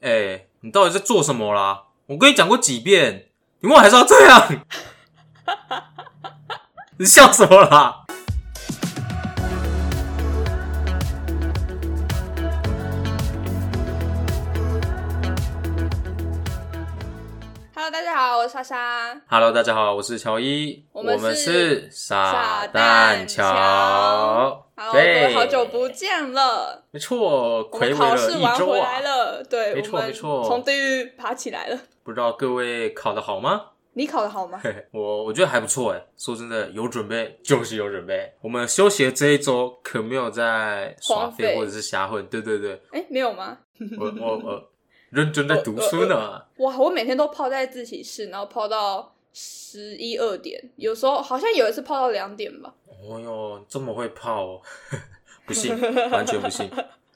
哎、你到底在做什么啦？我跟你讲过几遍，你为什么还是要这样？你笑什么啦？ Hello，大家好，我是莎莎。 Hello，大家好，我是乔伊，我们是是傻傻蛋蛋乔乔，好，对，好久不见了，没错，我暌们违考了试一完周回啊来，了，对，没错我们没错从地狱爬起来了。不知道各位考得好吗？你考的好 吗？嘿嘿我我觉得还不错哎，说真的，有准备就是有准备。我们休息的这一周可没有在耍荒废废或者是瞎混，对对对，哎、没有吗？我我我认真在读书呢。哇，我每天都泡在自习室，然后泡到十一二点，有时候好像有一次泡到两点吧。哦哟，这么会泡哦， 不信，完全不信。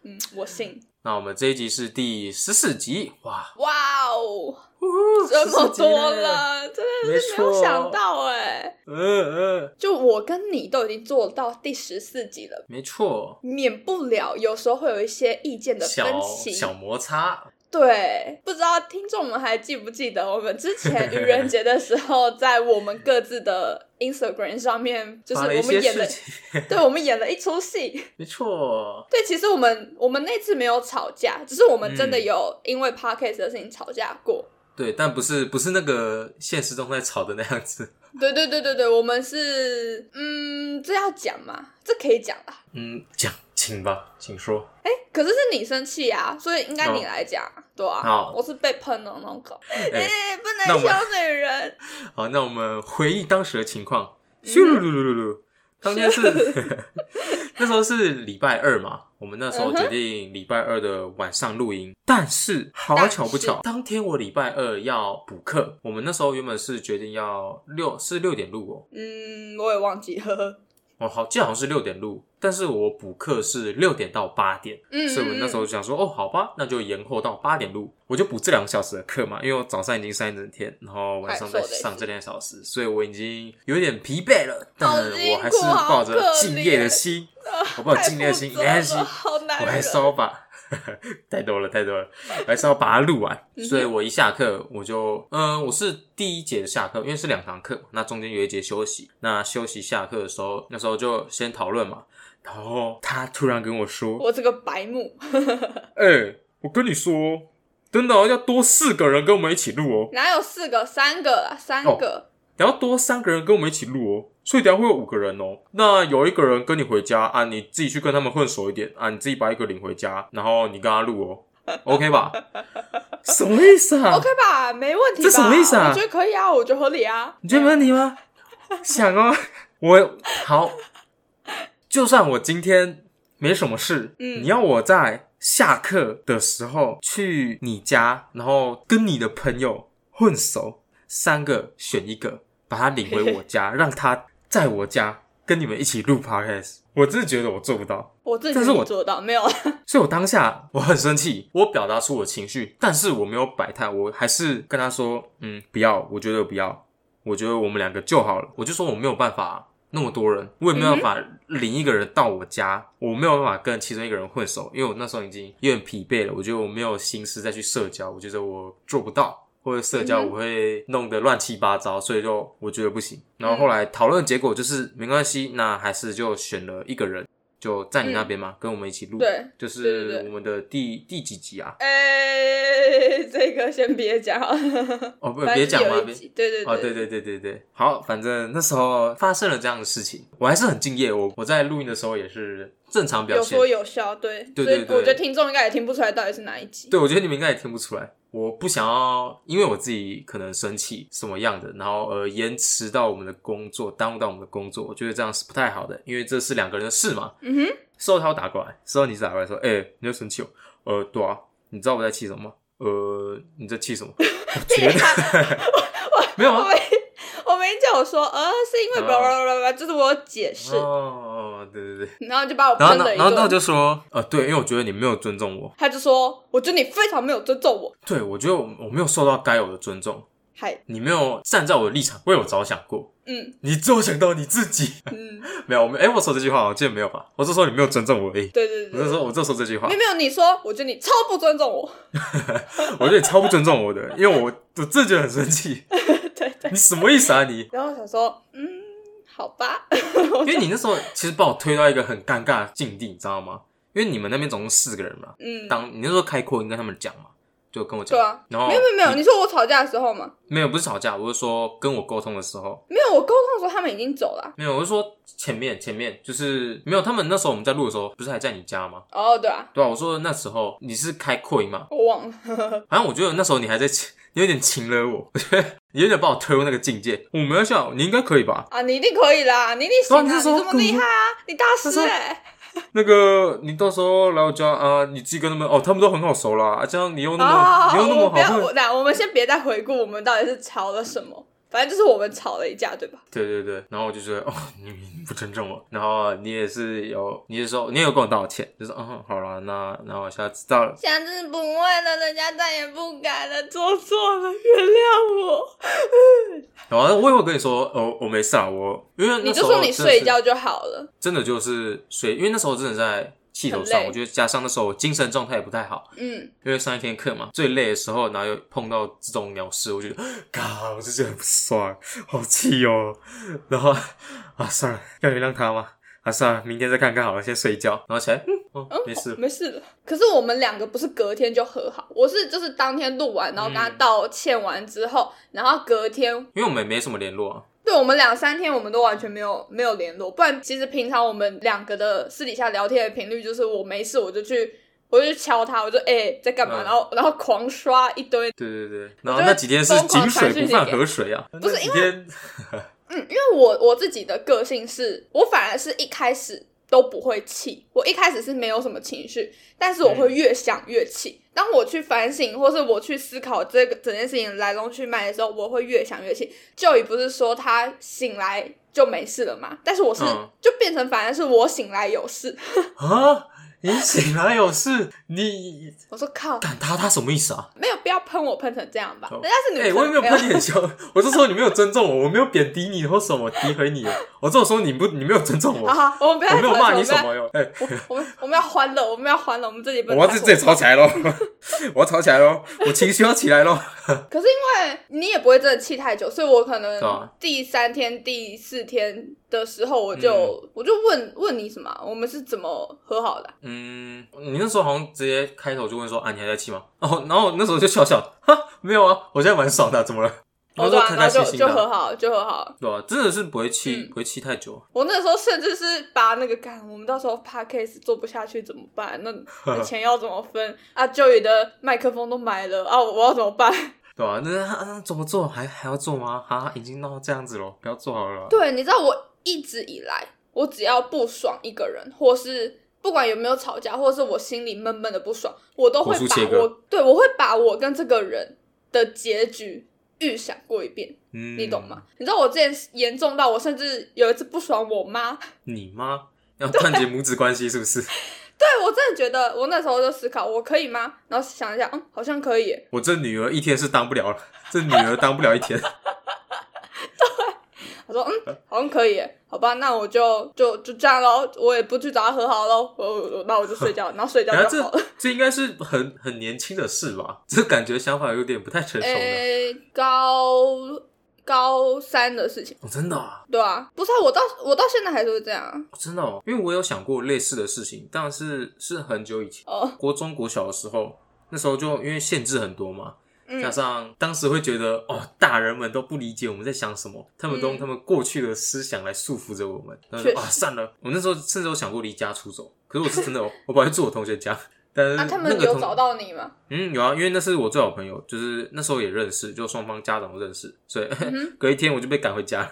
嗯，我信。那我们这一集是第十四集，哇，哇哦，呼呼这么14集多嘞了，真的是没没有错想到哎、嗯嗯，就我跟你都已经做到第十四集了。没错，免不了有时候会有一些意见的分小歧，小摩擦，对，不知道听众们还记不记得我们之前愚人节的 时候，在我们各自的 Instagram 上面，就是发我了一些们演事了，情，对，我们演了一出戏。没错，对，其实我们我们那次没有吵架，只是我们真的嗯有因为 podcast 的事情吵架过。对，但不是不是那个现实中在吵的那样子，对对对对对，我们是嗯，这要讲嘛，这可以讲啦。嗯，讲，请吧，请说，可是是你生气啊，所以应该你哦来讲，对啊好，我是被喷的那个，哎、哎， 不那能我们小女人。好，那我们回忆当时的情况，嗯咻噜噜噜噜噜，当天是 那时候是礼拜二嘛，我们那时候决定礼拜二的晚上录 音，但是好巧不巧，当天我礼拜二要补课，我们那时候原本是决定要六是六点录哦，嗯，我也忘记了。我好记得好像是六点录，但是我补课是六点到八点，嗯，所以我那时候就想说，哦，好吧，那就延后到八点录，我就补这两个小时的课嘛，因为我早上已经上一整天，然后晚上再快瘦的上是这两个小时，所以我已经有点疲惫了，但好辛我还苦是好抱着可敬业怜的心， 啊我抱着太敬业的负心，责没关了系，好难我还忍是要把， 太多了，太多了，我还是要把它录完。嗯哼所以我一下课我就，嗯，我是第一节下课，因为是两堂课，那中间有一节休息。那休息下课的时候，那时候就先讨论嘛。然后他突然跟我说我这个白目，：“哎、我跟你说，真的哦、要多四个人跟我们一起录哦，哪有四个？三个啦，三个。你要多三个人跟我们一起录哦。”所以等一下会有五个人哦，那有一个人跟你回家啊，你自己去跟他们混熟一点啊，你自己把一个领回家，然后你跟他录哦，OK 吧？什么意思啊 OK 吧，没问题吧。这什么意思啊我觉得可以啊，我觉得合理啊。你觉得没问题吗？想哦， 我好，就算我今天没什么事，嗯你要我在下课的时候去你家，然后跟你的朋友混熟，三个选一个，把他领回我 家，让他在我家跟你们一起录 podcast，我真的觉得我做不到。我自己但是我做到没 有？所以我当下我很生气，我表达出我情绪，但是我没有摆态，我还是跟他说，嗯，不要，我觉得不要，我觉得我们两个就好了。我就说我没有办法那么多人，我也嗯没有办法领一个人到我家，我没有办法跟其中一个人混熟，因为我那时候已经有点疲惫了，我觉得我没有心思再去社交，我觉得我做不到。或者社交嗯哼我会弄得乱七八糟，所以就我觉得不行。然后后来讨论的结果就是没关系，那还是就选了一个人，就在你那边嘛，跟我们一起录。嗯对，就对对是对我们的第第几集啊？哎，这个先别讲好了。哦，不，反 正别讲嘛，有一别集对对哦，对对对对对，好，反正那时候发生了这样的事情，我还是很敬业，我我在录音的时候也是正常表有现说，有笑，对。对所以对对我觉得听众应该也听不出来到底是哪一集。对我觉得你们应该也听不出来，我不想要因为我自己可能生气什么样的，然后呃延迟到我们的工作，耽误到我们的工作，我觉得这样是不太好的，因为这是两个人的事嘛。嗯哼，事后他又打过来，事后你是打过来说，哎、你又生气哦？呃，对啊，你知道我在气什么吗？呃，你在气什么？ 我觉得没有 我啊， 没我没叫我说，呃，是因为哦 blah blah blah blah，就是我有解释，哦，对对对，然后就把我然后喷呢了一然后他顿。就说，呃，对，因为我觉得你没有尊重我，他就说，我觉得你非常没有尊重我。对我觉得我我没有受到该有的尊重，还你没有站在我的立场为我着想过，嗯你只有想到你自己。 嗯，没有，我们哎、我说这句话，我记得没有吧？我是说你没有尊重我 而已。对对我对是说，我就说这句话没有，没有，你说，我觉得你超不尊重我， 我觉得你超不尊重我的，因为我我自己觉得很生气。 对对，你什么意思啊你？然后我想说，嗯，好吧，因为你那时候其实把我推到一个很尴尬的境地，你知道吗？因为你们那边总共四个人嘛，嗯，当哦你那时候开扩音跟他们讲嘛，就跟我讲对，啊，然后没有没有没有，你说我吵架的时候嘛，没有不是吵架，我是说跟我沟通的时候，没有，我沟通的时候他们已经走了啊。没有，我是说前面前面就是没有，他们那时候我们在录的时候，不是还在你家吗？哦，对啊，对啊，我说那时候你是开扩音嘛，我忘了。好像我觉得那时候你还在， 你有点情了我，我 觉得你有点把我推入那个境界。我没有想，你应该可以吧？啊，你一定可以啦，你一定行啊，对啊你你是说这么厉害啊，你大师哎、那个你到时候来我家啊，你自己跟他们哦，他们都很好熟啦。啊，这样你又那么、啊，你又那么我不要，好我混，那我们先别再回顾我们到底是吵了什么，反正就是我们吵了一架，对吧？对对对。然后我就觉得 哦，你你不尊重我。然后你也是有，你是说你也有跟我道歉，就说嗯好啦，那那我下次到了。下次不会了，人家再也不敢了，做错了，原谅我。然后啊我也会跟你说哦，我没事啊，我因为你那就时候说你真的是睡觉就好了，真的就是睡，因为那时候真的在气头上，很累我觉得加上那时候我精神状态也不太好。嗯，因为上一天课嘛，最累的时候，然后又碰到这种鸟事，我觉得，嘎，我就觉得很不爽，好气哦。然后啊，算了，要原谅他吗？啊，算了，明天再看看好了，先睡觉。然后起来，嗯，哦，没事。没事了。可是我们两个不是隔天就和好，我是就是当天录完，然后跟他嗯道歉完之后，然后隔天因为我们也没什么联络啊，对我们两三天，我们都完全没有没有联络。不然，其实平常我们两个的私底下聊天的频率，就是我没事我就去，我就去敲他，我就哎、在干嘛，嗯然后然后狂刷一堆。对对对。然后我就那几天是疯狂井水传讯不息犯给河水啊，不是那几天，嗯，因为我我自己的个性是，我反而是一开始都不会气，我一开始是没有什么情绪，但是我嗯会越想越气。当我去反省，或是我去思考这个整件事情来龙去脉的时候，我会越想越气。就也不是说他醒来就没事了嘛，但是我是、嗯就变成反而是我醒来有事。 啊，你醒来有事，你我说靠，敢他他什么意思 啊？没有必要喷我喷成这样吧？哦人家是女哎、生，我也没有不要喷你很 凶，我是说你没有尊重我，我没有贬低你或什么诋毁你，啊我只有说你不你没有尊重我。 好好，我们不要我没有再骂扯你扯什啊么哟，哎、我们要我们我们要欢乐，我们要欢乐，我们自己不我能要太自过己吵起来喽， 我要吵起来喽，我情绪要起来喽。可是因为你也不会真的气太久，所以我可对啊能第三天、第四天的时候，我就、我就问问你什么啊，我们是怎么和好的啊、 嗯，你那时候好像直接开头就问说啊，你还在气吗？哦，然后那时候就笑笑，哈，没有啊，我现在蛮爽的啊、怎么了？哦说对啊，开然开心后就心就的和啊，好，就和好。对啊，真的是不会气，嗯不会气太久。啊我那时候甚至是把那个干，我们到时候 podcast 做不下去怎么办？那那钱要怎么分啊？就宇的麦克风都买了啊，我要怎么办？对啊，那那那怎么做？还还要做吗？哈，已经闹到这样子了，不要做好了啦。对，你知道我一直以来，我只要不爽一个人，或是不管有没有吵架，或是我心里闷闷的不爽，我都会火速把切割我对我会把我跟这个人的结局预想过一遍，嗯，你懂吗？？你知道我之前严重到我甚至有一次不爽我妈，你妈要断绝母子关系是不 是？对我真的觉得我那时候就思考我可以吗？然后想一下，嗯，好像可以耶。我这女儿一天是当不了了，这女儿当不了一 天。我说嗯，好像可以耶，好吧，那我就就就这样喽，我也不去找他和好喽，我我那我就睡觉，然后睡觉然后就好了这。这应该是很很年轻的事吧？这感觉想法有点不太成熟呢。诶、高高三的事情，哦，真的啊，对啊，不是、啊、我到我到现在还是会这样啊。哦真的哦，因为我有想过类似的事情，但是是很久以前，哦，国中国小的时候，那时候就因为限制很多嘛，嗯加上当时会觉得哦，大人们都不理解我们在想什么，他们都用嗯他们过去的思想来束缚着我们。然后就确实啊，算了，我那时候甚至有想过离家出走，可是我是真的有，我跑去住我同学家。但是那、啊他们那个有同找到你 吗？嗯，有啊，因为那是我最好朋友，就是那时候也认识，就双方家长都认识，所以、嗯哼 隔一天我就被赶回家了。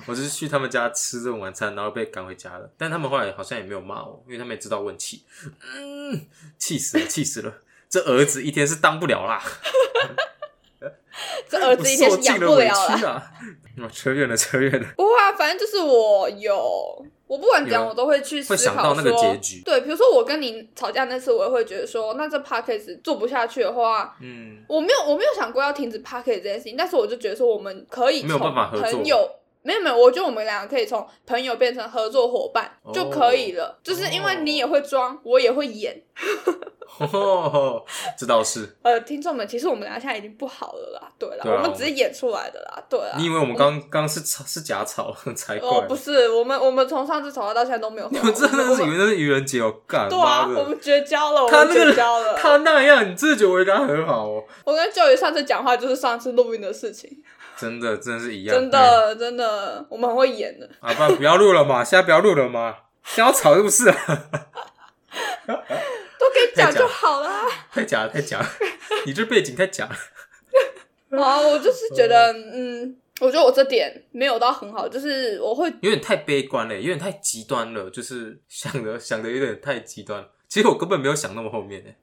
我就是去他们家吃这种晚餐，然后被赶回家了。但他们后来好像也没有骂我，因为他们也知道问气，嗯，气死了，气死了，这儿子一天是当不了啦，这儿子一天我是受养尽了 不委啊哦了了。屈啊。嗯扯远了，扯远了。不会啊，反正就是我有，我不管怎样，有我都会去思会想考到那个说，结局对，比如说我跟你吵架那次，我也会觉得说，那这 p a c k a g e 做不下去的话，嗯，我没有我没有想过要停止 p a c k a g e 这件事情，但是我就觉得说，我们可以没有办从法合作朋友。没有没有，我觉得我们两个可以从朋友变成合作伙伴、哦就可以了，就是因为你也会装，我也会演。 哦，这倒是。呃，听众们，其实我们俩现在已经不好了啦，对啦，对啊我们只是演出来的啦，对啦。你以为我们刚刚是吵是假吵 才怪？啊哦，不是，我们我们从上次吵架到现在都没有和你好。们真的是我以为们那是愚人节哦？干对啊，妈我的！们绝交了，我他们那个绝交了。他那样，你真的觉得我会跟他很好哦？我跟舅爷上次讲话就是上次录音的事情，真的，真的是一样。真嗯的真的，我们很会演的。阿爸，不要录了嘛，现在不要录了嘛，想要吵是不是啊？ 都可以讲太假就好啦。太假了，太假了，你这背景太假了。 啊，我就是觉得，嗯，我觉得我这点没有到很好，就是我会有点太悲观了，有点太极端了，就是想的想的有点太极端了。其实我根本没有想那么后面欸诶。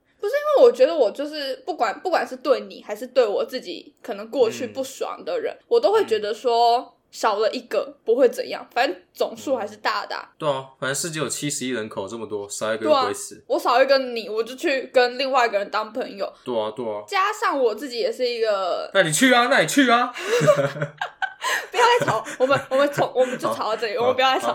因为我觉得我就是不管不管是对你还是对我自己，可能过去嗯不爽的人，我都会觉得说少了一个不会怎样，反正总数还是大的啊、对啊，反正世界有七十亿人口，这么多，少一个对又啊不会死。我少一个你，我就去跟另外一个人当朋友，对啊，对啊。加上我自己也是一个，那你去啊，那你去啊。不要再吵，我们我们从我们就吵到这里，我们不要再吵。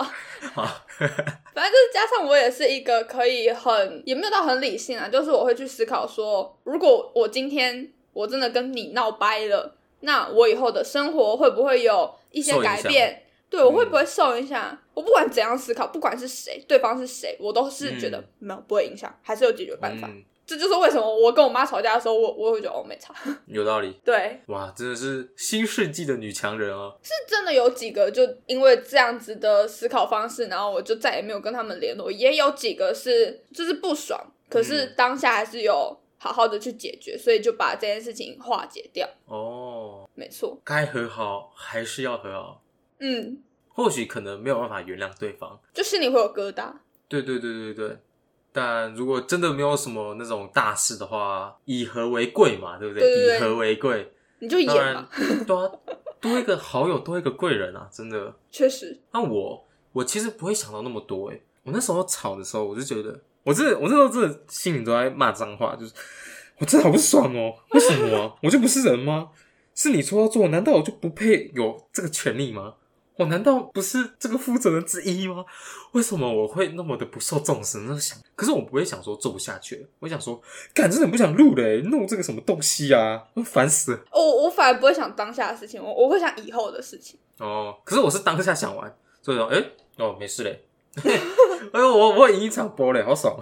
好， 反正就是加上我也是一个可以很也没有到很理性啊，就是我会去思考说，如果我今天我真的跟你闹掰了，那我以后的生活会不会有一些受影改响嗯变？对我会不会受影响？我不管怎样思考，不管是谁，对方是谁，我都是觉得、嗯没有不会影响，还是有解决办法。嗯，这就是为什么我跟我妈吵架的时候，我我会觉得哦我没吵。有道理。 对，哇，真的是新世纪的女强人啊！是真的有几个就因为这样子的思考方式，然后我就再也没有跟他们联络。也有几个是就是不爽，可是嗯当下还是有好好的去解决，所以就把这件事情化解掉。哦，没错，该和好还是要和好，嗯，或许可能没有办法原谅对方。就心里会有疙瘩。对对对对对。但如果真的没有什么那种大事的话，以和为贵嘛，对不对对对以和为贵，你就演当吧然，对啊，多一个好友，多一个贵人啊，真的。确实，那我我其实不会想到那么多诶、我那时候吵的时候，我就觉得，我真的我那时候真的心里都在骂脏话，就是我真的好不爽哦、为什么啊？我就不是人吗？是你说要做，难道我就不配有这个权利吗？我难道不是这个负责人之一吗？为什么我会那么的不受重视？那想，可是我不会想说做不下去了，我想说，干，真的很不想录了、欸，弄这个什么东西啊，我烦死了。我哦我反而不会想当下的事情，我我会想以后的事情。哦，可是我是当下想完，所以说，哎、哦，没事 嘞。哎呦，我我赢一场波嘞，好爽！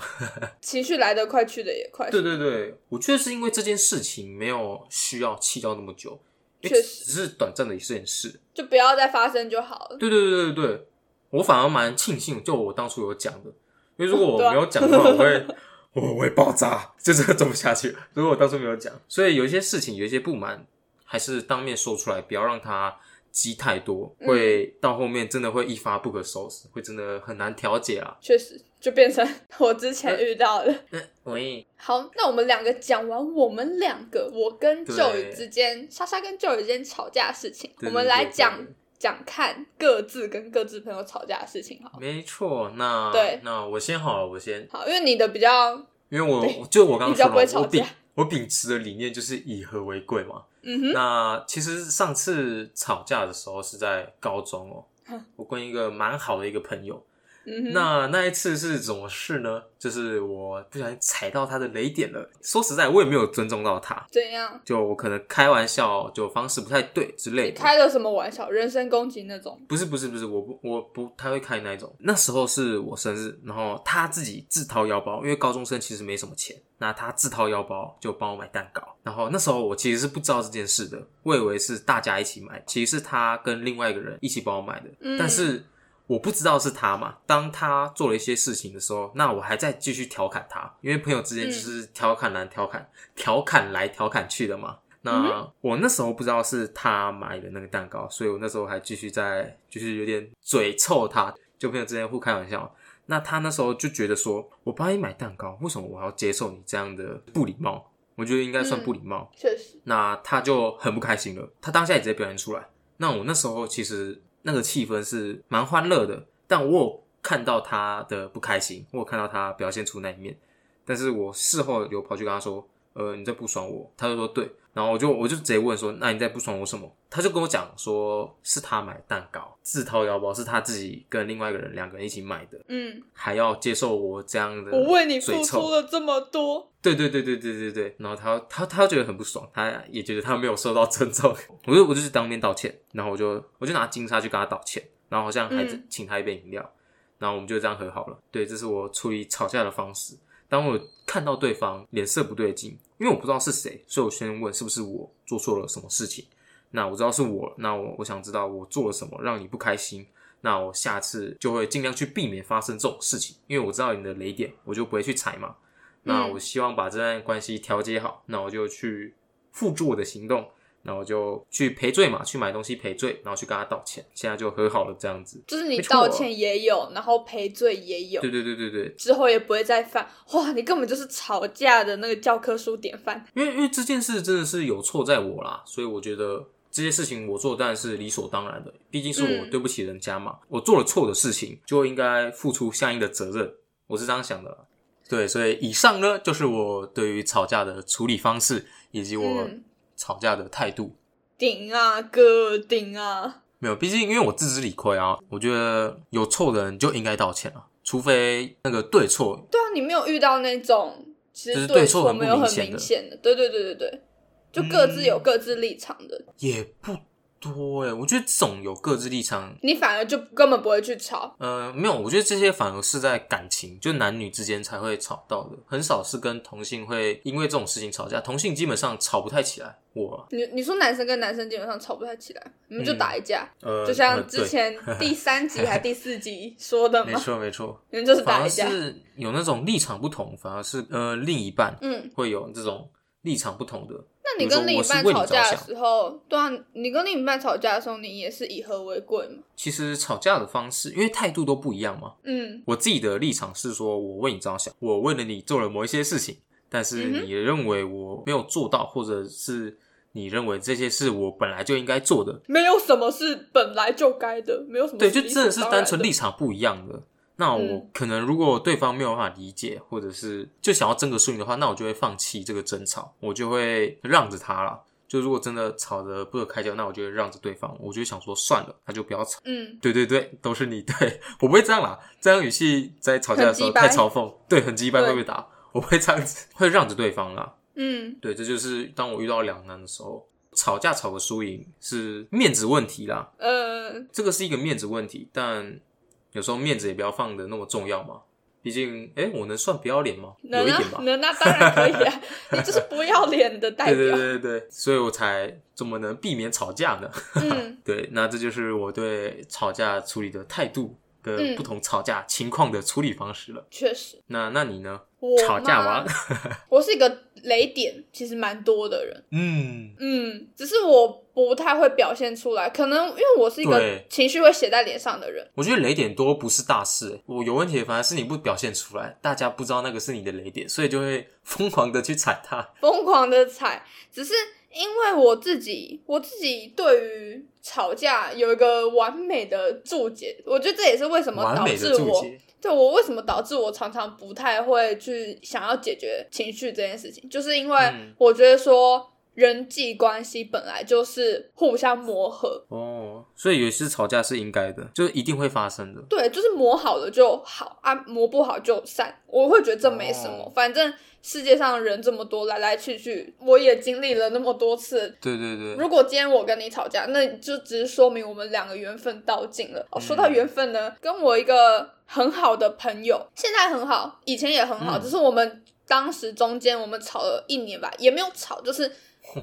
情绪来得快，去得也快。对对对，我确实是因为这件事情没有需要气到那么久，因确为实只是短暂的一件事。就不要再发生就好了。对对对对对，我反而蛮庆幸，就我当初有讲的，因为如果 对我啊没有讲的话，我会我会爆炸，就真的做不下去了。如果我当初没有讲，所以有一些事情，有一些不满，还是当面说出来，不要让它积太多，嗯会到后面真的会一发不可收拾，会真的很难调解啊。确实，就变成我之前遇到的。嗯，喂，好，那我们两个讲完我们两个，我跟对 Joy 之间，莎莎跟 Joy 之间吵架的事情，对我们来对对讲对讲看各自跟各自朋友吵架的事情好了，没错，那对那我先好了，我先，好，因为你的比较，因为我就我刚你比较刚不会说了，我吵架秉我秉持的理念就是以和为贵嘛，嗯哼，那其实上次吵架的时候是在高中哦、哼我跟一个蛮好的一个朋友。嗯哼，那那一次是怎么事呢？就是我不小心踩到他的雷点了。说实在，我也没有尊重到他，怎样？就我可能开玩笑就方式不太对之类你的。开了什么玩笑？人身攻击那种？不是不是不是，我不我不太会开那一种。那时候是我生日，然后他自己自掏腰包，因为高中生其实没什么钱，那他自掏腰包就帮我买蛋糕。然后那时候我其实是不知道这件事的，我以为是大家一起买，其实是他跟另外一个人一起帮我买的，嗯但是。我不知道是他嘛，当他做了一些事情的时候，那我还在继续调侃他，因为朋友之间就是调侃来调侃，调侃来调侃去的嘛。那我那时候不知道是他买的那个蛋糕，所以我那时候还继续在，就是有点嘴臭他，就朋友之间互开玩笑。那他那时候就觉得说，我帮你买蛋糕，为什么我要接受你这样的不礼貌？我觉得应该算不礼貌。确实，那他就很不开心了，他当下也直接表现出来。那我那时候其实那个气氛是蛮欢乐的，但我有看到他的不开心，或看到他表现出那一面，但是我事后有跑去跟他说，呃，你在不爽我，他就说对，然后我就我就直接问说，那你在不爽我什么？他就跟我讲说，是他买蛋糕，自掏腰包，是他自己跟另外一个人两个人一起买的，嗯，还要接受我这样的我为你呃嘴付臭出了这么多，对对对对对对对，然后他他他觉得很不爽，他也觉得他没有受到尊重， 我就我就是当面道歉，然后我就我就拿金沙去跟他道歉，然后好像还嗯请他一杯饮料，然后我们就这样和好了。对，这是我处理吵架的方式。当我看到对方脸色不对劲，因为我不知道是谁，所以我先问是不是我做错了什么事情。那我知道是我，那我我想知道我做了什么让你不开心，那我下次就会尽量去避免发生这种事情，因为我知道你的雷点，我就不会去踩嘛。那我希望把这段关系调节好，那我就去付诸我的行动，那我就去赔罪嘛，去买东西赔罪，然后去跟他道歉，现在就和好了这样子。就是你没错道歉也有，然后赔罪也有对，对对对对，之后也不会再犯。哇，你根本就是吵架的那个教科书典范。因为因为这件事真的是有错在我啦，所以我觉得这些事情我做当然是理所当然的，毕竟是我嗯对不起人家嘛，我做了错的事情就应该付出相应的责任，我是这样想的啦。对，所以以上呢就是我对于吵架的处理方式，以及我嗯吵架的态度。顶啊，哥顶啊！没有，毕竟因为我自知理亏啊，我觉得有错的人就应该道歉啊，除非那个对错，对啊，你没有遇到那种其就是实对错错很不没有明很显的明显的，对对对对对，就各自有各自立场的，也不多诶、欸我觉得这种有各自立场，你反而就根本不会去吵。呃，没有，我觉得这些反而是在感情，就男女之间才会吵到的，很少是跟同性会因为这种事情吵架，同性基本上吵不太起来。我啊你你说男生跟男生基本上吵不太起来，你们就嗯打一架，呃，就呃像对之前第三集还第四集说 的没嘛，错没错，你们就是反打而一架。是有那种立场不同，反而是呃另一半嗯，会有这种立场不同的。那你比如跟说另我一是半为你吵着架的想时候，对啊，你跟另一半吵架的时候，你也是以和为贵嘛。其实吵架的方式，因为态度都不一样嘛。嗯，我自己的立场是说，我为你着想，我为了你做了某一些事情，但是嗯哼你认为我没有做到，或者是你认为这些是我本来就应该做的，没有什么是本来就该的，没有什么对，是就理真的所是当单然纯的立场不一样的。那我嗯可能如果对方没有办法理解，或者是就想要争个输赢的话，那我就会放弃这个争吵，我就会让着他了。就如果真的吵得不可开交，那我就会让着对方，我就会想说算了，那就不要吵。嗯，对对对，都是你 对，我不会这样啦。这样语气在吵架的时候很鸡掰太嘲讽，对，很鸡掰对会被打。我不会这样子，会让着对方啦。嗯，对，这就是当我遇到两难的时候，吵架吵个输赢是面子问题啦，呃，这个是一个面子问题，但有时候面子也不要放的那么重要嘛。毕竟，哎、我能算不要脸吗？有能一啊点吧，。能啊，当然可以啊， 你就是不要脸的代对表。对对对对，所以我才怎么能避免吵架呢？嗯，对，那这就是我对吵架处理的态度跟嗯不同吵架情况的处理方式了。确实，那那你呢？我吵架吗王？，我是一个雷点其实蛮多的人， 嗯，嗯，只是我不太会表现出来，可能因为我是一个对情绪会写在脸上的人。我觉得雷点多不是大事、欸我有问题反而是你不表现出来，大家不知道那个是你的雷点，所以就会疯狂的去踩它。疯狂的踩，只是因为我自己，我自己对于吵架有一个完美的注解，我觉得这也是为什么完导美的致注我解，对我为什么导致我常常不太会去想要解决情绪这件事情，就是因为嗯我觉得说人际关系本来就是互相磨合，哦，所以有些吵架是应该的，就是一定会发生的。对，就是磨好了就好啊，磨不好就散。我会觉得这没什么，哦反正世界上人这么多，来来去去，我也经历了那么多次，对对对，如果今天我跟你吵架，那就只是说明我们两个缘分到尽了。哦，嗯说到缘分呢，跟我一个很好的朋友，现在很好，以前也很好，嗯，只是我们当时中间我们吵了一年吧，也没有吵，就是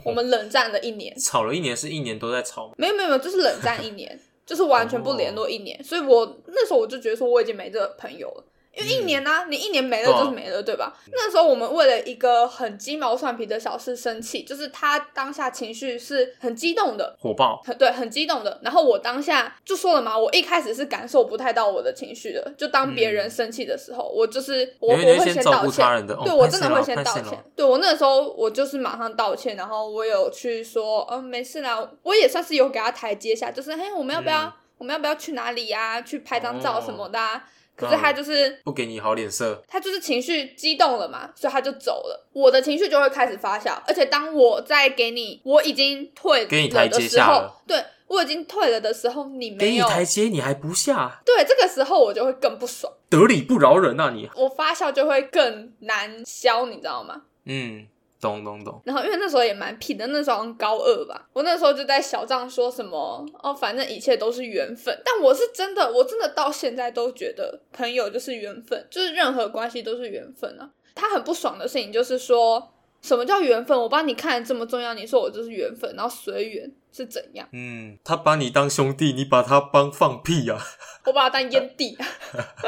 我们冷战了一年吵了一年是一年都在吵嘛，没有没有没有，就是冷战一 年，就是完全不联络一哦年。所以我那时候我就觉得说我已经没这个朋友了。因为一年呢、你一年没了对啊就是没了，对吧？那时候我们为了一个很鸡毛蒜皮的小事生气，就是他当下情绪是很激动的，火爆。很对，很激动的。然后我当下就说了嘛，我一开始是感受不太到我的情绪的，就当别人生气的时候，我就是我我嗯你会会先照道顾他歉。人的，哦对，我拍真谁的会了哦先拍道谁歉了。对我那个时候，我就是马上道歉，然后我有去说，嗯，没事啦，我也算是有给他台阶下，就是嘿，我们要不要，嗯哦我们要不要去哪里呀、去拍张照什么的、啊。可是嗯他就是不给你好脸色，他就是情绪激动了嘛，所以他就走了。我的情绪就会开始发酵，而且当我在给你我已经退给你了台的阶时下候了，对我已经退了的时候，你给没你有台阶你还不下，对这个时候我就会更不爽，得理不饶人啊你！我发酵就会更难消，你知道吗？嗯，懂懂懂，然后因为那时候也蛮屁的，那时候好像高二吧，我那时候就在小账说什么哦，反正一切都是缘分。但我是真的，我真的到现在都觉得朋友就是缘分，就是任何关系都是缘分啊。他很不爽的事情就是说什么叫缘分？我帮你看得这么重要，你说我就是缘分，然后随缘是怎样？嗯，他把你当兄弟，你把他当放屁啊！ 我把它当烟蒂。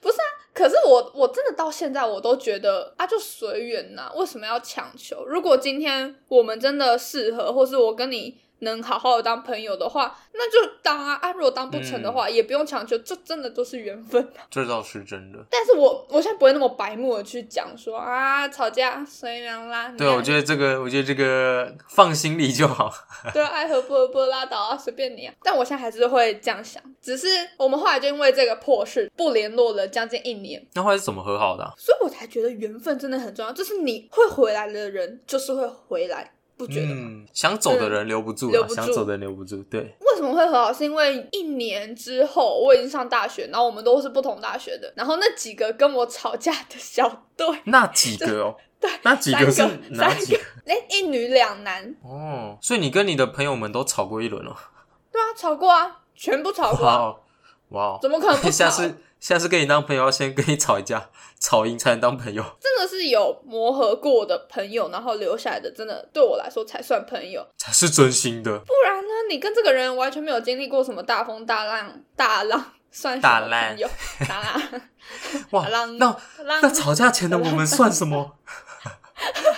不是啊，可是我我真的到现在我都觉得啊，就随缘呐、为什么要强求？如果今天我们真的适合，或是我跟你能好好的当朋友的话，那就当啊。啊，如果当不成的嗯话，也不用强求，就真的都是缘分。这倒是真的。 但是我我现在不会那么白目的去讲说啊，吵架随缘啦。你对，爱我觉得这个，我觉得这个放心里就好。 对，啊爱合不合不拉倒啊，随便你啊。但我现在还是会这样想，只是我们后来就因为这个破事不联络了将近一年，那后来是怎么和好的啊、所以我才觉得缘分真的很重要。就是你会回来的人，就是会回来，不觉得吗？嗯，想走的人留不住留啊，不住想走的人留不住。对，为什么会和好？是因为一年之后我已经上大学，然后我们都是不同大学的，然后那几个跟我吵架的小队，那几个哦，对， 那几三个是哪三几个个？，哎，一女两男，哦，所以你跟你的朋友们都吵过一 轮哦。对啊，吵过啊，全部吵过哇啊、哦，哇哦，怎么可能不吵啊下？次下次跟你当朋友，要先跟你吵一架，吵赢才能当朋友。 真的是有磨合过的朋友，然后留下来的，真的对我来说才算朋友。才是真心的。不然呢，你跟这个人完全没有经历过什么大风大浪，大浪算什大么浪朋友？大浪，哇大，浪，那浪那吵架前的我们算什 么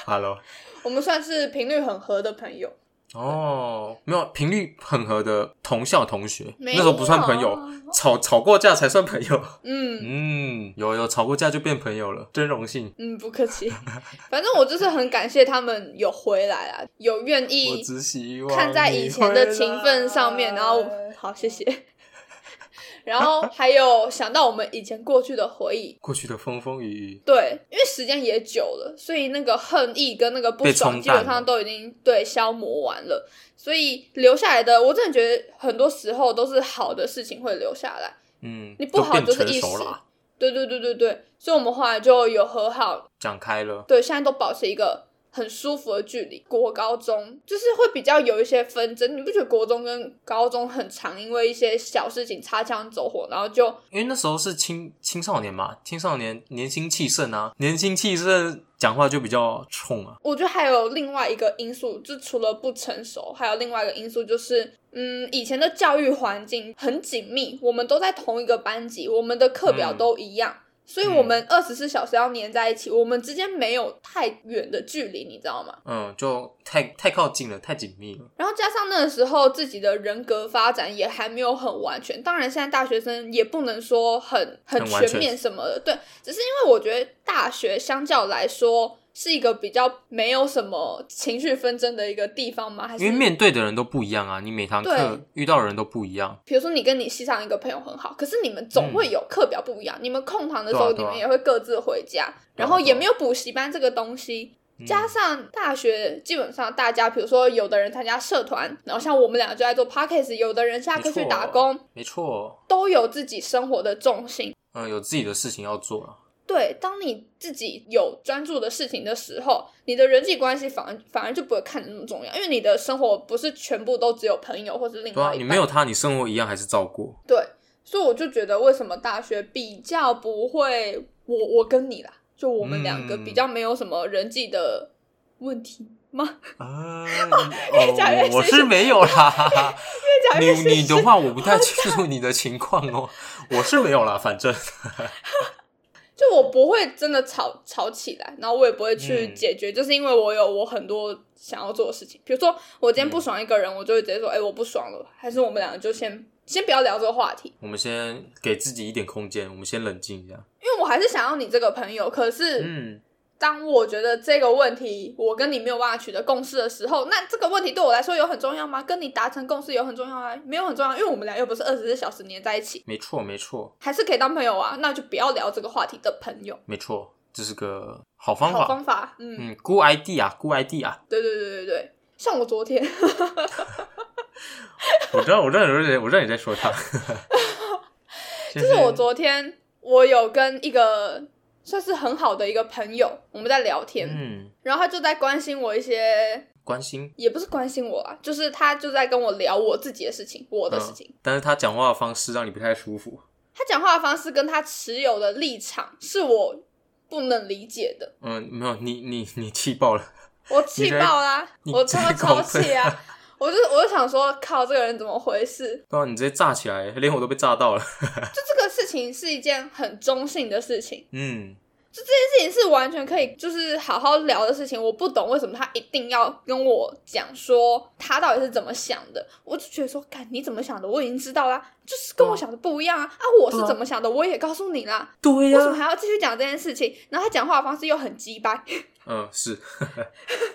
？Hello，我们算是频率很合的朋友。哦，没有频率很合的同校同学，没那有啊时候不算朋友，吵吵过架才算朋友。嗯嗯，有有吵过架就变朋友了，真荣幸。嗯，不客气。 反正我就是很感谢他们有回来啊，有愿我意只希望看在以前的情分上面，你然回来后好谢谢， 然后还有想到我们以前过去的回忆，过去的风风雨雨，对，因为时间也久了，所以那个恨意跟那个不被爽冲基本淡了上都已经对消磨完了，所以留下来的，我真的觉得很多时候都是好的事情会留下来，嗯，你不好就就是变一成时熟了啊，。对对对对对，所以我们后来就有和好，讲开了。对，现在都保持一个很舒服的距离。国高中就是会比较有一些纷争，你不觉得国中跟高中很常因为一些小事情擦枪走火，然后就因为那时候是青青少年嘛，青少年年轻气盛啊，年轻气盛讲话就比较冲啊。我觉得还有另外一个因素，就除了不成熟，还有另外一个因素就是，嗯，以前的教育环境很紧密，我们都在同一个班级，我们的课表嗯都一样，所以我们二十四小时要黏在一起，我们之间没有太远的距离，你知道吗？嗯，就太太靠近了，太紧密了。然后加上那个时候自己的人格发展也还没有很完全，当然现在大学生也不能说很很很完全全面什么的，对，只是因为我觉得大学相较来说是一个比较没有什么情绪纷争的一个地方嘛，还是因为面对的人都不一样啊，你每堂对课遇到的人都不一样，比如说你跟你系上一个朋友很好，可是你们总会有课表不一样，你们空堂的时候嗯对啊你对啊啊们也会各自回家，然后也没有补习班这个东西，嗯加上大学，基本上大家，比如说有的人参加社团，然后像我们俩就在做 podcast，有的人下课没错去打工，没错，哦都有自己生活的重心。嗯，有自己的事情要做了。对，当你自己有专注的事情的时候，你的人际关系反而反而就不会看得那么重要，因为你的生活不是全部都只有朋友或是另对啊，嗯外一你半。没有他，你生活一样还是照过。对，所以我就觉得为什么大学比较不会，我我跟你啦，就我们两个嗯比较没有什么人际的问题吗？啊， 越讲越哦我我心虚是没有啦。越讲你越心你虚的话我不太清楚你的情况哦，我是没有啦，反正就我不会真的吵吵起来，然后我也不会去嗯解决，就是因为我有我很多想要做的事情。比如说，我今天不爽一个人，我就会直接说：“哎、我不爽了。”还是我们两个就先先不要聊这个话题，我们先给自己一点空间，我们先冷静一下。因为我还是想要你这个朋友。可是嗯，当我觉得这个问题我跟你没有办法取得共识的时候，那这个问题对我来说有很重要吗？跟你达成共识有很重要吗？没有很重要，因为我们俩又不是二十四小时黏在一起，没错，没错，还是可以当朋友啊。那就不要聊这个话题的朋友，没错，这是个好方好法。方法。嗯，嗯，good idea，good idea。对对对对对，像我昨天，我知道，我知道，我知道，我知道你在说他。就 就是我昨天我有跟一个算是很好的一个朋友，我们在聊天，嗯，然后他就在关心我一些，关心，也不是关心我啊，就是他就在跟我聊我自己的事情，我的事情。嗯但是他讲话的方式让你不太舒服。他讲话的方式跟他持有的立场是我不能理解的，嗯，没有，你你你气爆了。我气爆啦、你我他妈直接狂超气啊！我就我就想说，靠，这个人怎么回事？对啊，你直接炸起来，连我都被炸到了。就这个事情是一件很中性的事情，嗯，这件事情是完全可以就是好好聊的事情。我不懂为什么他一定要跟我讲说他到底是怎么想的，我就觉得说，干你怎么想的，我已经知道啦，就是跟我想的不一样啊！啊，我是怎么想的，我也告诉你啦，对啊为什么还要继续讲这件事情？然后他讲话的方式又很鸡掰，嗯，是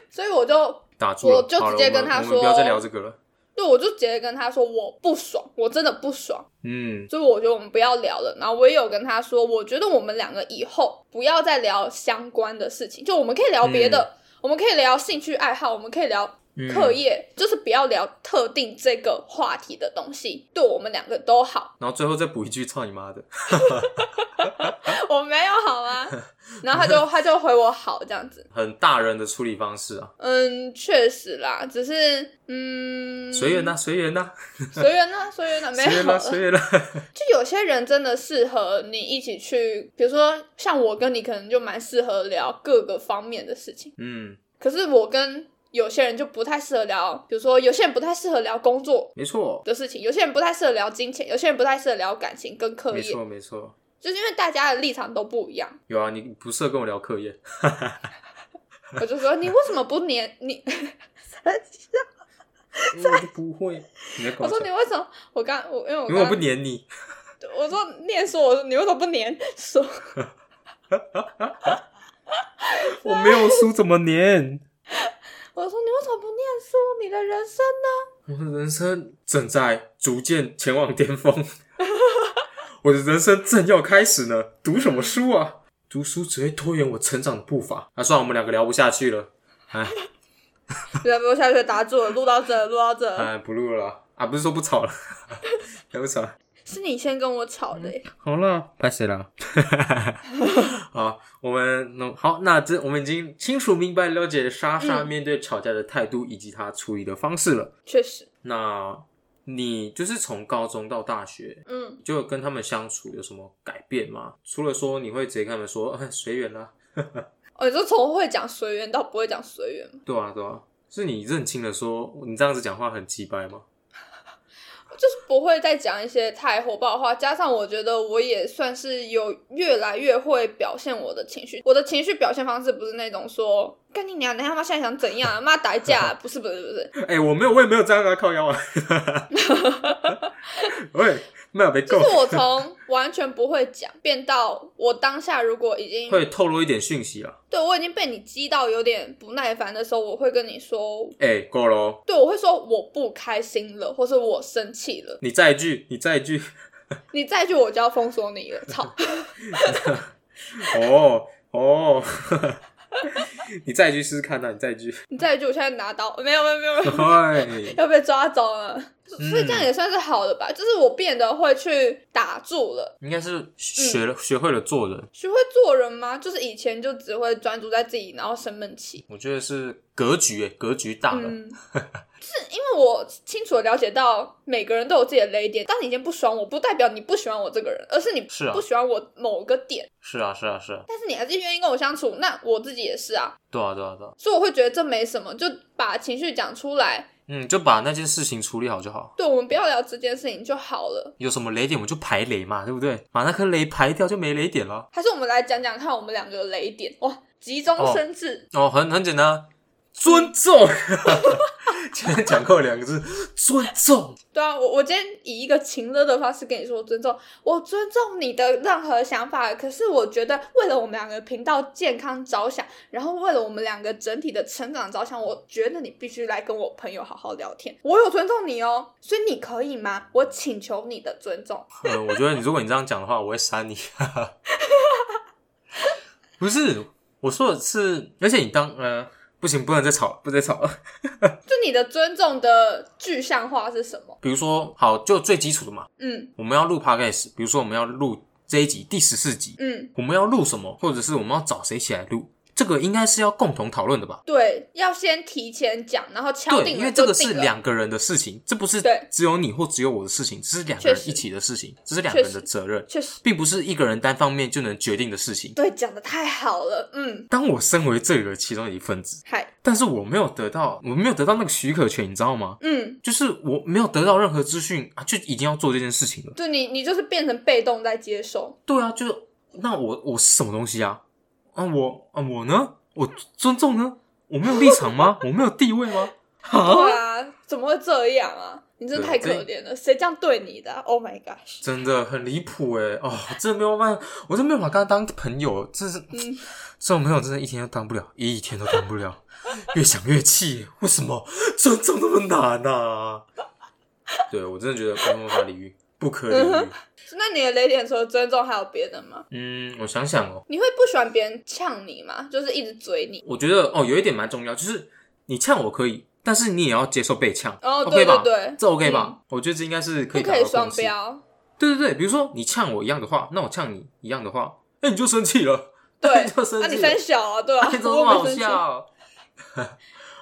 所以我就打住了。我就好了直接我们跟他我们不要再说聊这个了。对，我就直接跟他说我不爽，我真的不爽，嗯，所以我觉得我们不要聊了。然后我也有跟他说，我觉得我们两个以后不要再聊相关的事情，就我们可以聊别的，我们可以聊兴趣爱好，我们可以聊嗯课业，就是不要聊特定这个话题的东西，对我们两个都好。 然后最后再补一句“操你妈的我没有 好吗？然后他就他就回我好这样子”，，很大人的处理方式啊，嗯，确实啦，只是嗯，随缘呐，随缘呐，随缘呐，随缘呐，啊没随有缘 呐，随缘呐。就有些人真的适合你一起去，比如说像我跟你可能就蛮适合聊各个方面的事情，嗯，可是我跟有些人就不太适合聊，比如说有些人不太适合聊工作没错，的事情，有些人不太适合聊金钱，有些人不太适合聊感情跟课没业，错，没错。就是因为大家的立场都不一样。 有啊，你不适合跟我聊课业。我就说你为什么不黏 你？嗯我就不会。你在跟我我说讲你为什么？我刚我因为我因为我刚不黏你。我说念书，我说你为什么不黏书？我没有书怎么 黏？我说你为什么不念书？你的人生我的人生正在逐渐前往巅峰， 我的人生正要开始呢。读什么书啊？读书只会拖延我成长的步伐。啊，算了，我们两个聊不下去了，人不下去打住了，录到这，录到这。哎，不录了啦啊，不是说不吵了， 聊不吵了。是你先跟我吵的、欸，好啦，拍谁 啦？好，我们那好，那这我们已经清楚明白了解莎莎嗯面对吵架的态度以及她处理的方式了。确实，那你就是从高中到大学，嗯，就跟他们相处有什么改变吗？除了说你会直接跟他们说 呃随缘啦，哦，你说从会讲随缘到不会讲随缘吗，对啊对啊，是你认清了说你这样子讲话很鸡掰吗？就是不会再讲一些太火爆的话。加上我觉得我也算是有越来越会表现我的情绪，我的情绪表现方式不是那种说干你娘，你他妈现在想怎样、啊，妈打一架啊、不是不是不是，哎、我没有，我也没有这样啊，靠腰啊， 喂，没有被够就，是我从完全不会讲变到我当下如果已经会透露一点讯息啊。对我已经被你激到有点不耐烦的时候，我会跟你说。哎、够了哦，对，我会说我不开心了，或是我生气了，你再一句，你再一句，你再去我就要封锁你了，操！哦哦， 你再一句试试看呐、你再一句，你再一句，我现在拿刀，没有没有没有，没有哎， 要被抓走了。嗯所以这样也算是好的吧，就是我变得会去打住了，应该是学了、学会了做人，学会做人吗？就是以前就只会专注在自己，然后生闷气。我觉得是格局，格局大了。嗯，就是因为我清楚的了解到每个人都有自己的雷点。当你今天不爽我，不代表你不喜欢我这个人，而是你是啊不喜欢我某个点，是啊，是啊，是啊，但是你还是愿意跟我相处。那我自己也是啊，对啊，对啊，对啊。所以我会觉得这没什么，就把情绪讲出来。嗯，就把那件事情处理好就好。对，我们不要聊这件事情就好了。有什么雷点，我就排雷嘛，对不对？把那颗雷排掉，就没雷点了。还是我们来讲讲看我们两个哦雷点哇，急中生智，啊 哦，很很简单，尊重。今天讲过两个字，尊重。对啊，我我今天以一个情乐的方式跟你说尊重，我尊重你的任何想法，可是我觉得为了我们两个频道健康着想，然后为了我们两个整体的成长着想，我觉得你必须来跟我朋友好好聊天。我有尊重你哦，所以你可以吗？我请求你的尊重。呃，我觉得你如果你这样讲的话，我会删你。不是，我说的是，而且你当呃，不行，不能再吵，不能再吵了。就你的尊重的具象化是什么？比如说，好，就最基础的嘛，嗯我们要录 podcast，比如说我们要录这一集第十四集，嗯，我们要录什么，或者是我们要找谁一起来录，这个应该是要共同讨论的吧？对，要先提前讲，然后敲对，定因了为这就个定是了。两个人的事情，这不是对只有你或只有我的事情，这是两个人确实一起的事情，这是两个人的确责任，确实，并不是一个人单方面就能决定的事情。对，讲的太好了，嗯，当我身为这个其中一份子，嗨，但是我没有得到，我没有得到那个许可权，你知道吗？嗯，就是我没有得到任何资讯啊，就已经要做这件事情了。就你你就是变成被动在接受，对啊，就是那我我是什么东西啊？啊我啊我呢？我尊重呢？我没有立场吗？我没有地位吗？ 对啊！啊，怎么会这样啊？你真的对太可这怜了，谁这样对你的啊、？Oh my gosh！真的很离谱哎！哦，我真的没有办法，我真的没有把他当朋友，真是、嗯这种朋友真的一天都当不了，一天都当不了。 越想越气，为什么尊重那么难啊？对我真的觉得没有办法理喻，不可嗯理喻。那你的雷点除了尊重还有别的吗？嗯，我想想哦，你会不喜欢别人呛你吗？就是一直嘴你？我觉得哦，有一点蛮重要，就是你呛我可以，但是你也要接受被呛。哦 o k 吧？对对对这 OK 吧？我觉得这应该是可不以达可到以双共识。标，对对对，比如说你呛我一样的话，那我呛你一样的话，哎那、你就生气了，对 你就生气了，那、你三小啊，对啊，哎怎么那我么没好生气。笑？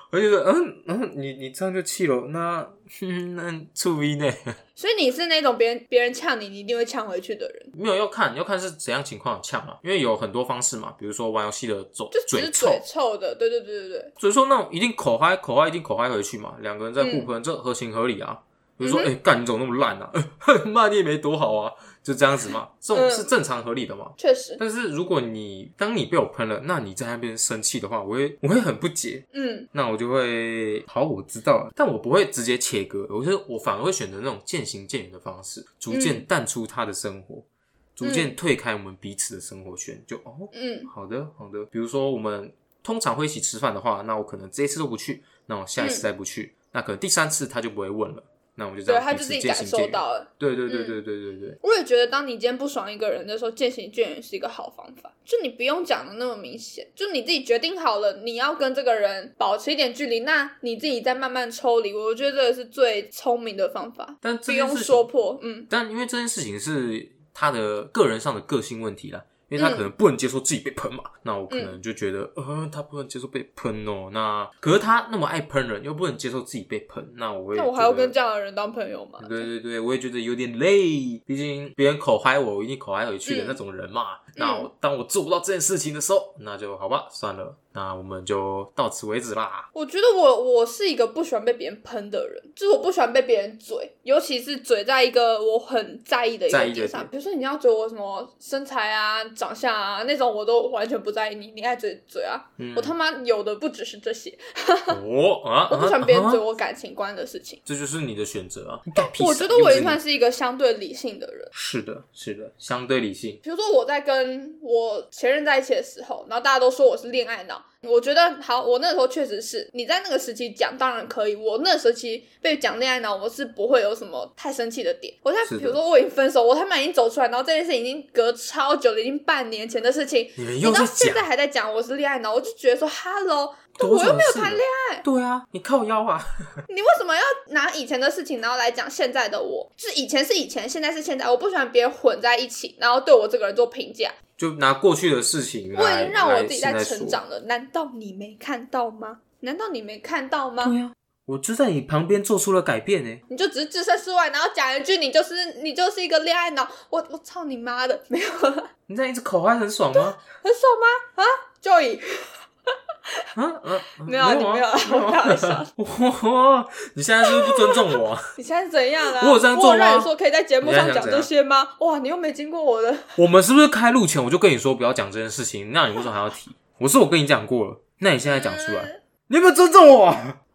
我就觉得，嗯嗯，你你这样就气了，那 嗯那处 V 呢？所以你是那种别人别人呛你，你一定会呛回去的人，没有要看，要看是怎样情况呛啊，因为有很多方式嘛，比如说玩游戏的走就只嘴是臭，嘴臭的，对对对对对，所以说那种一定口嗨，口嗨一定口嗨回去嘛，两个人在互喷，这合情合理啊。比如说，哎、嗯哼干你怎么那么烂啊？ 呃骂你也没多好啊，就这样子嘛，这种嗯是正常合理的嘛。确实，但是如果你当你被我喷了，那你在那边生气的话，我会我会很不解，嗯，那我就会好，我知道了，但我不会直接切割，我就我反而会选择那种渐行渐远的方式，逐渐嗯淡出他的生活，逐渐退开我们彼此的生活圈，就哦，嗯，好的，好的。比如说我们通常会一起吃饭的话，那我可能这一次都不去，那我下一次再不去，那可能第三次他就不会问了，那我就这嗯对，样他彼就此自己渐感行受渐远。到了。对对对嗯对对对对，我也觉得，当你今天不爽一个人的时候，渐行渐远是一个好方法。就你不用讲的那么明显，就你自己决定好了，你要跟这个人保持一点距离，那你自己再慢慢抽离。我觉得这个是最聪明的方法，但这不件用事说情，破。嗯，但因为这件事情是他的个人上的个性问题啦。因为他可能不能接受自己被喷嘛，那我可能就觉得，呃，他不能接受被喷哦。那可是他那么爱喷人，又不能接受自己被喷，那我会那我还觉要得跟这样的人当朋友吗？对对对，我也觉得有点累，毕竟别人口嗨我，我一定口嗨回去的嗯那种人嘛。那我当我做不到这件事情的时候，那就好吧，算了，那我们就到此为止啦。我觉得我我是一个不喜欢被别人喷的人，就是我不喜欢被别人嘴，尤其是嘴在一个我很在意的一在个意的点上。点比如说你要嘴我什么身材啊、长相啊那种，我都完全不在意你，你爱嘴嘴啊。嗯，我他妈有的不只是这些，哦啊，我不喜欢别人嘴啊啊我感情观的事情。这就是你的选择啊。你干屁事啊我觉得我也又不是算你是一个相对理性的人。是的，是的，相对理性。比如说我在跟我前任在一起的时候，然后大家都说我是恋爱脑，我觉得好，我那时候确实是你在那个时期讲当然可以，我那时期被讲恋爱脑，我是不会有什么太生气的点。我现是在的比如说我已经分手，我他妈已经走出来，然后这件事已经隔超久了，已经半年前的事情，你们你又到在现在讲，还在讲我是恋爱脑，我就觉得说，hello，多我又久没有是谈了恋爱，对啊，你靠腰啊，你为什么要拿以前的事情，然后来讲现在的我？就是以前是以前，现在是现在，我不喜欢别人混在一起，然后对我这个人做评价。就拿过去的事情我已来经让我来自己现在成说长了，难道你没看到吗？难道你没看到吗？对啊，我就在你旁边做出了改变欸呢。你就只是置身事外，然后讲一句你就是你就是一个恋爱脑，我我操你妈的，没有了，你这样一直口嗨很爽吗？很爽吗？啊，Joy，嗯嗯，嗯 没有啊你没 有啊我开玩笑。哇，你现在是不是不尊重我啊？ 你现在是怎样啊？我有这样做吗我让你说可以在节目上你现在想讲怎这样些吗？哇，你又没经过我的，我们是不是开录前我就跟你说不要讲这件事情？那你为什么还要提？我是我跟你讲过了，那你现在讲出来，嗯你有没有尊重我啊？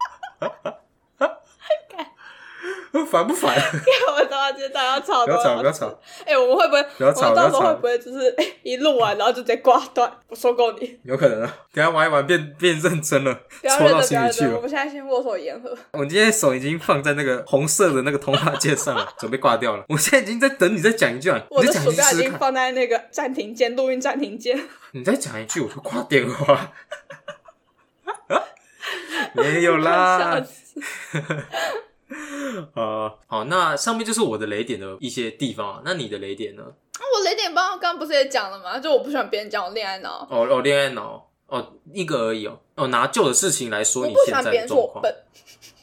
烦不烦？ 我们到今天要吵，不要吵，不要吵， 哎、我们会不会？不要我吵，们不到要时候会吵不，会就是哎、一录完然后就直接挂断？我受够你！有可能啊。等一下玩一玩变变认真了，不要戳认真，到不心要里认去真。我了。们现在先握手言和。我今天手已经放在那个红色的那个通话键上了， 准备挂掉了。我现在已经在等你再讲一句了，我你的再讲鼠一句标试已试经看。放在那个暂停键，录音暂停键。你再讲一句，我就挂电话。 没有 啦笑，死呃，好，那上面就是我的雷点的一些地方啊。那你的雷点呢？那我雷点帮刚刚不是也讲了吗？就我不喜欢别人讲我恋爱脑，哦哦，恋爱脑哦，一个而已哦。哦，拿旧的事情来说，我你不喜现欢在别的人说状我况笨。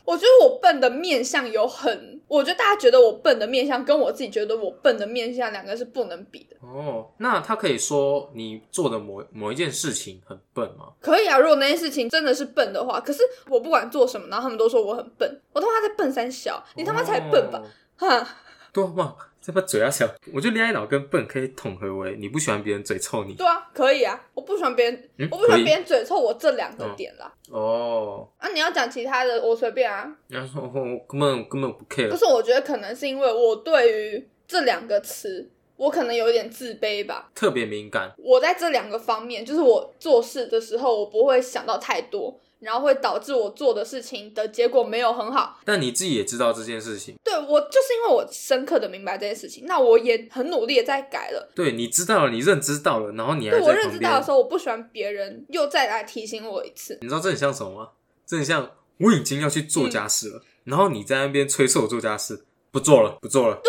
我觉得我笨的面相有很，我觉得大家觉得我笨的面相跟我自己觉得我笨的面相两个是不能比的。哦，那他可以说你做的某某一件事情很笨吗？可以啊，如果那件事情真的是笨的话，可是我不管做什么，然后他们都说我很笨，我他妈在笨三小，你他妈才笨吧，哦哈、对嘛，这把嘴要小。我觉得恋爱脑跟笨可以统合为你不喜欢别人嘴臭你。对啊，可以啊，我不喜欢别人，嗯我不喜欢可以别人嘴臭我这两个点啦。哦，啊，你要讲其他的，我随便啊。然后说我根本根本不 care 不。是，我觉得可能是因为我对于这两个词，我可能有点自卑吧。特别敏感，我在这两个方面，就是我做事的时候，我不会想到太多，然后会导致我做的事情的结果没有很好，但你自己也知道这件事情，对我就是因为我深刻的明白这件事情，那我也很努力的在改了。对你知道了，你认知到了，然后你还对在我旁认知边，到的时候，我不喜欢别人又再来提醒我一次。你知道这很像什么吗？这很像我已经要去做嗯家事了，然后你在那边催促我做家事，不做了，不做了，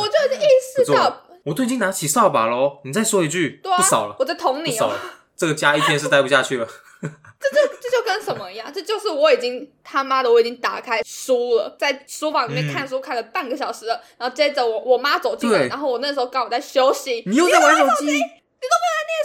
我就已经意不识做到，了，我都已经拿起扫把喽，你再说一句，对啊，不扫了，我在捅不你扫哦了。，这个家一天是待不下去了。这就跟什么一样，这就是我已经他妈的我已经打开书了，在书房里面看书看了半个小时了，然后接着我我妈走进来，嗯对然后我那时候刚好在休息， 你又在玩手机，你都没有来念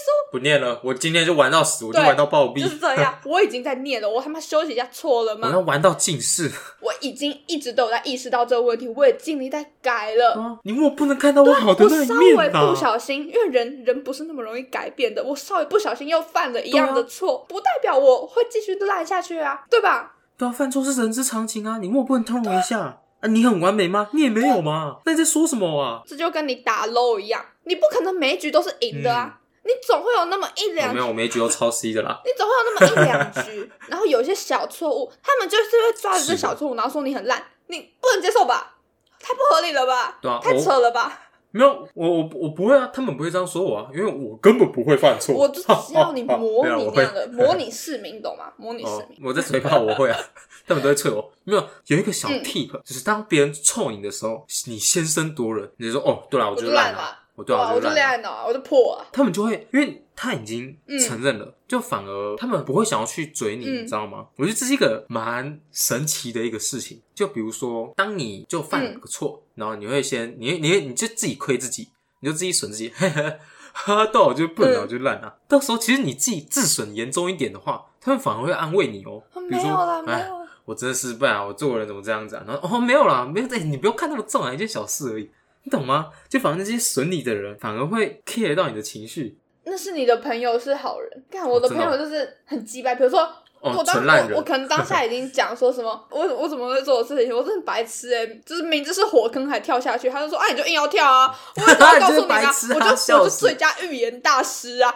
书，不念了，我今天就玩到死，我就对玩到暴毙，就是 这样，我已经在念了，我他妈休息一下错了我吗？要玩到近视。我已经一直都有在意识到这个问题，我也尽力在改了。啊，你我不能看到我好的我哦那一稍微面啊呐、不小心，因为人人不是那么容易改变的，我稍微不小心又犯了一样的哦错，不代表我会继续烂下去啊，对吧？对啊，犯错是人之常情啊，你我不能通融一下啊？你很完美吗？你也没有嘛，那你在说什么啊？这就跟你打 low 一样，你不可能每一局都是赢的嗯啊，你总会有那么一哦两没局。有，我每一局都超 C 的啦。你总会有那么一两 局，然后有一些小错误，他们就是会抓着是这的小错误，然后说你很烂，你不能接受吧？太不合理了吧？对啊太我扯了吧？没有，我我我不会啊，他们不会这样说我啊，因为我根本不会犯错。我就只要 你模对啊拟我那会 样的，模拟市民，懂吗？模拟市哦民，，我在嘴炮我会啊， 他们都会催我。没有，有一个小嗯 tip，、就是当别人臭你的时候，你先声夺人，你就说哦，对啦，我我就就是烂烂啦啦，我对对啦，啊，我就就是烂恋啦。爱脑啊，我就破啊。他们就会，因为他已经嗯承认了，就反而他们不会想要去追你，嗯你知道吗？我觉得这是一个蛮神奇的一个事情。就比如说，当你就嗯犯个错，然后你会先，你你你就自己亏自己，你就自己损自己， 嘿嘿，哈，到我就笨了，嗯我就烂了、到时候其实你自己自损严重一点的话，他们反而会安慰你哦、比啊没如有说，啦，没哎有，啦。我真的失败啊，我做人怎么这样子啊？然后哦，没有啦，没有，哎、你不要看那么重啊，一件小事而已，你懂吗？就反而那些损你的人，反而会 care 到你的情绪。那是你的朋友是好人，看我的哦朋真的哦友就是很鸡掰。比如说，哦我，当纯烂我我人，可能当下已经讲说什么，我我怎么会做的事情，我真的白痴哎、就是明知是火坑还跳下去，他就说啊你就硬要 跳啊，我怎么告诉你你就啊是白痴啊，我笑就死我就最佳预言大师啊，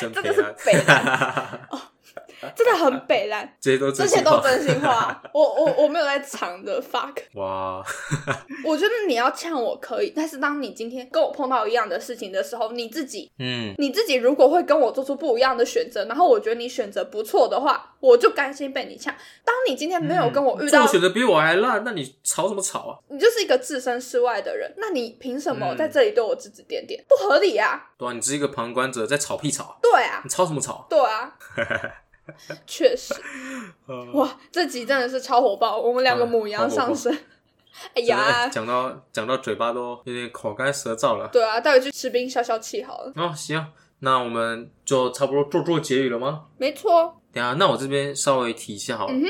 真真赔的是啊！北烂，真的很北烂， 这些都这真些心都话。真心 话，我我我没有在藏的 fuck。 哇，我觉得你要呛我可以，但是当你今天跟我碰到一样的事情的时候，你自己嗯，你自己如果会跟我做出不一样的选择，然后我觉得你选择不错的话，我就甘心被你呛。当你今天没有跟我遇到，做选择比我还烂，那你吵什么吵啊？你就是一个置身事外的人，那你凭什么嗯在这里对我指指点点？不合理啊！对啊，你只是一个旁观者，在吵屁吵啊，对啊你，吵什么吵 对啊，确实，啊？哇，哇，这集真的是超火爆，我们两个嗯母羊上身。 哎哎呀，讲到讲到嘴巴都有点口干舌燥了。对啊，带回去吃冰消消气好了。哦，行，那我们就差不多做做结语了吗？没错，等一下，那我这边稍微提一下好了，嗯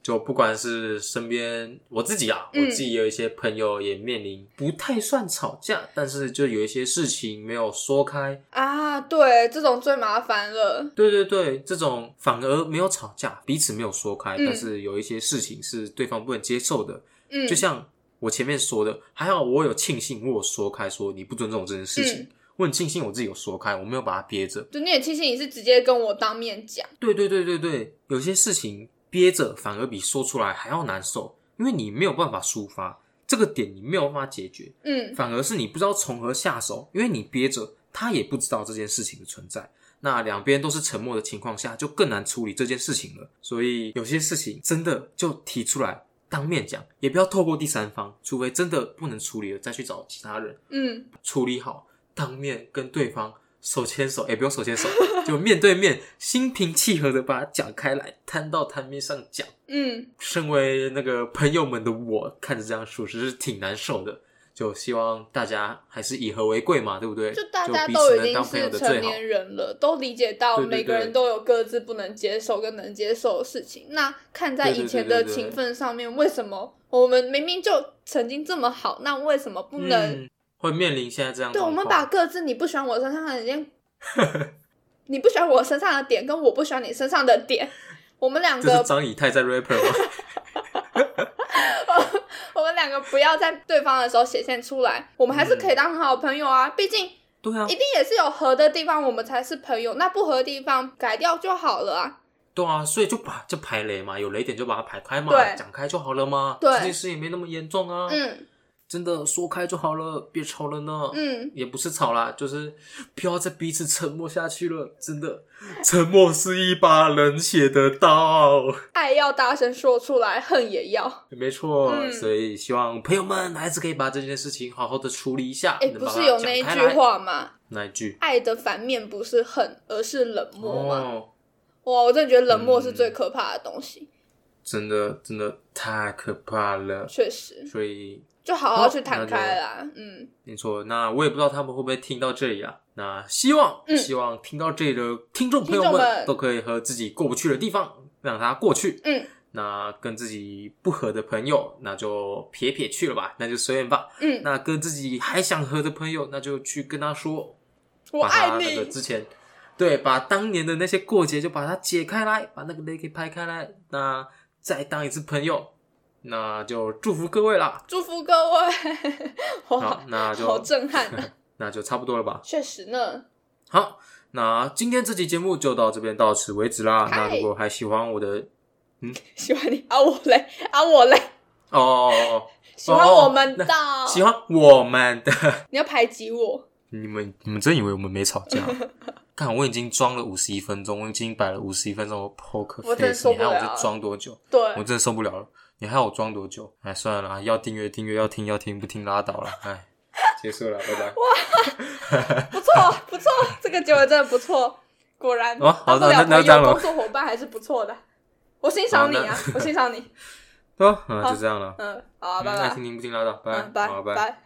就不管是身边我自己啊，嗯我自己有一些朋友也面临不太算吵架，但是就有一些事情没有说开。啊，对，这种最麻烦了。对对对，这种反而没有吵架，彼此没有说开，嗯但是有一些事情是对方不能接受的，嗯，就像我前面说的，还好我有庆幸，我有说开，说你不尊重我这件事嗯情，我很庆幸我自己有说开，我没有把它憋着。就你也庆幸你是直接跟我当面讲，对对对对对，有些事情憋着反而比说出来还要难受，因为你没有办法抒发这个点，你没有办法解决，嗯，反而是你不知道从何下手，因为你憋着，他也不知道这件事情的存在。那两边都是沉默的情况下，就更难处理这件事情了。所以有些事情真的就提出来当面讲，也不要透过第三方，除非真的不能处理了，再去找其他人嗯，处理好。当面跟对方手牵手，也、不用手牵手， 就面对面，心平气和的把它讲开来，摊到台面上讲。嗯，身为那个朋友们的我，看着这样属实是挺难受的。就希望大家还是以和为贵嘛，对不对？就大家彼都此已能经当朋友是的成最好。年人了，都理解到对对每个人对都有各自不能接受跟能接受的事情。那看在对对以对前对的对情分上面，为什么我们明明就曾经这么好，那为什么不能？嗯、会面临现在这样的对，状我况。们把各自你不喜欢我身上 的点，你不喜欢我身上的点，跟我不喜欢你身上的 点，我们两这个是张以太在 rapper 吗？我们两个不要在对方的时候显现出来，我们还是可以当很好的朋友啊。毕竟一对啊，定也是有合的地方，我们才是朋友。那不合的地方改掉就好了啊。对啊，所以就把就排雷嘛，有雷点就把它排开嘛对，讲开就好了嘛。对这件事也没那么严重啊，嗯真的说开就好了，别吵了呢。嗯，也不是吵啦，就是不要再彼此沉默下去了。真的，沉默是一把冷血的刀。爱要大声说出来，恨也要。没错，嗯所以希望朋友们还是可以把这件事情好好的处理一下。哎，能不把是它有讲那一开句来，话吗？哪一句？爱的反面不是恨，而是冷漠吗？哦，哇，我真的觉得冷漠是嗯最可怕的东西。真的真的太可怕了。确实，所以就好好哦去那摊就开啦。嗯，没错，那我也不知道他们会不会听到这里啊。那希望、嗯希望听到这里的听众朋友听众们们都可以和自己过不去的地方让它过去。嗯，那跟自己不合的朋友，那就撇撇去了吧，那就随缘吧。嗯，那跟自己还想合的朋友，那就去跟他说，我把他爱那个你。之前，对，把当年的那些过节就把它解开来，把那个雷给拍开来，那再当一次朋友，那就祝福各位啦。祝福各位，好 哇，，那就好震撼啊！那就差不多了吧。确实呢，好，那今天这期节目就到这边到此为止啦。嗨那如果还喜欢我的，喜欢你啊我嘞啊我嘞，哦哦哦喜欢我们的，哦，喜欢我们的， 你要排挤我，你们你们真以为我们没吵架？ 看，我已经装了五十一分钟，我已经摆了五十一分钟的 poker 我真 face，的受你不还了要我去装多久？对，我真的受不了了，你还要我装多久？哎，算了啦，要订阅订阅，要听要听，不听拉倒 了，哎，结束了，拜拜。不错不错，这个结尾真的不错，果然哦好的当不了那朋那这样友，吧工作伙伴还是不错的，我欣赏你啊好，我欣赏你，对啊，嗯好就这样了。嗯，好啊，嗯拜爱拜听，听不听拉倒，拜嗯，拜好，拜。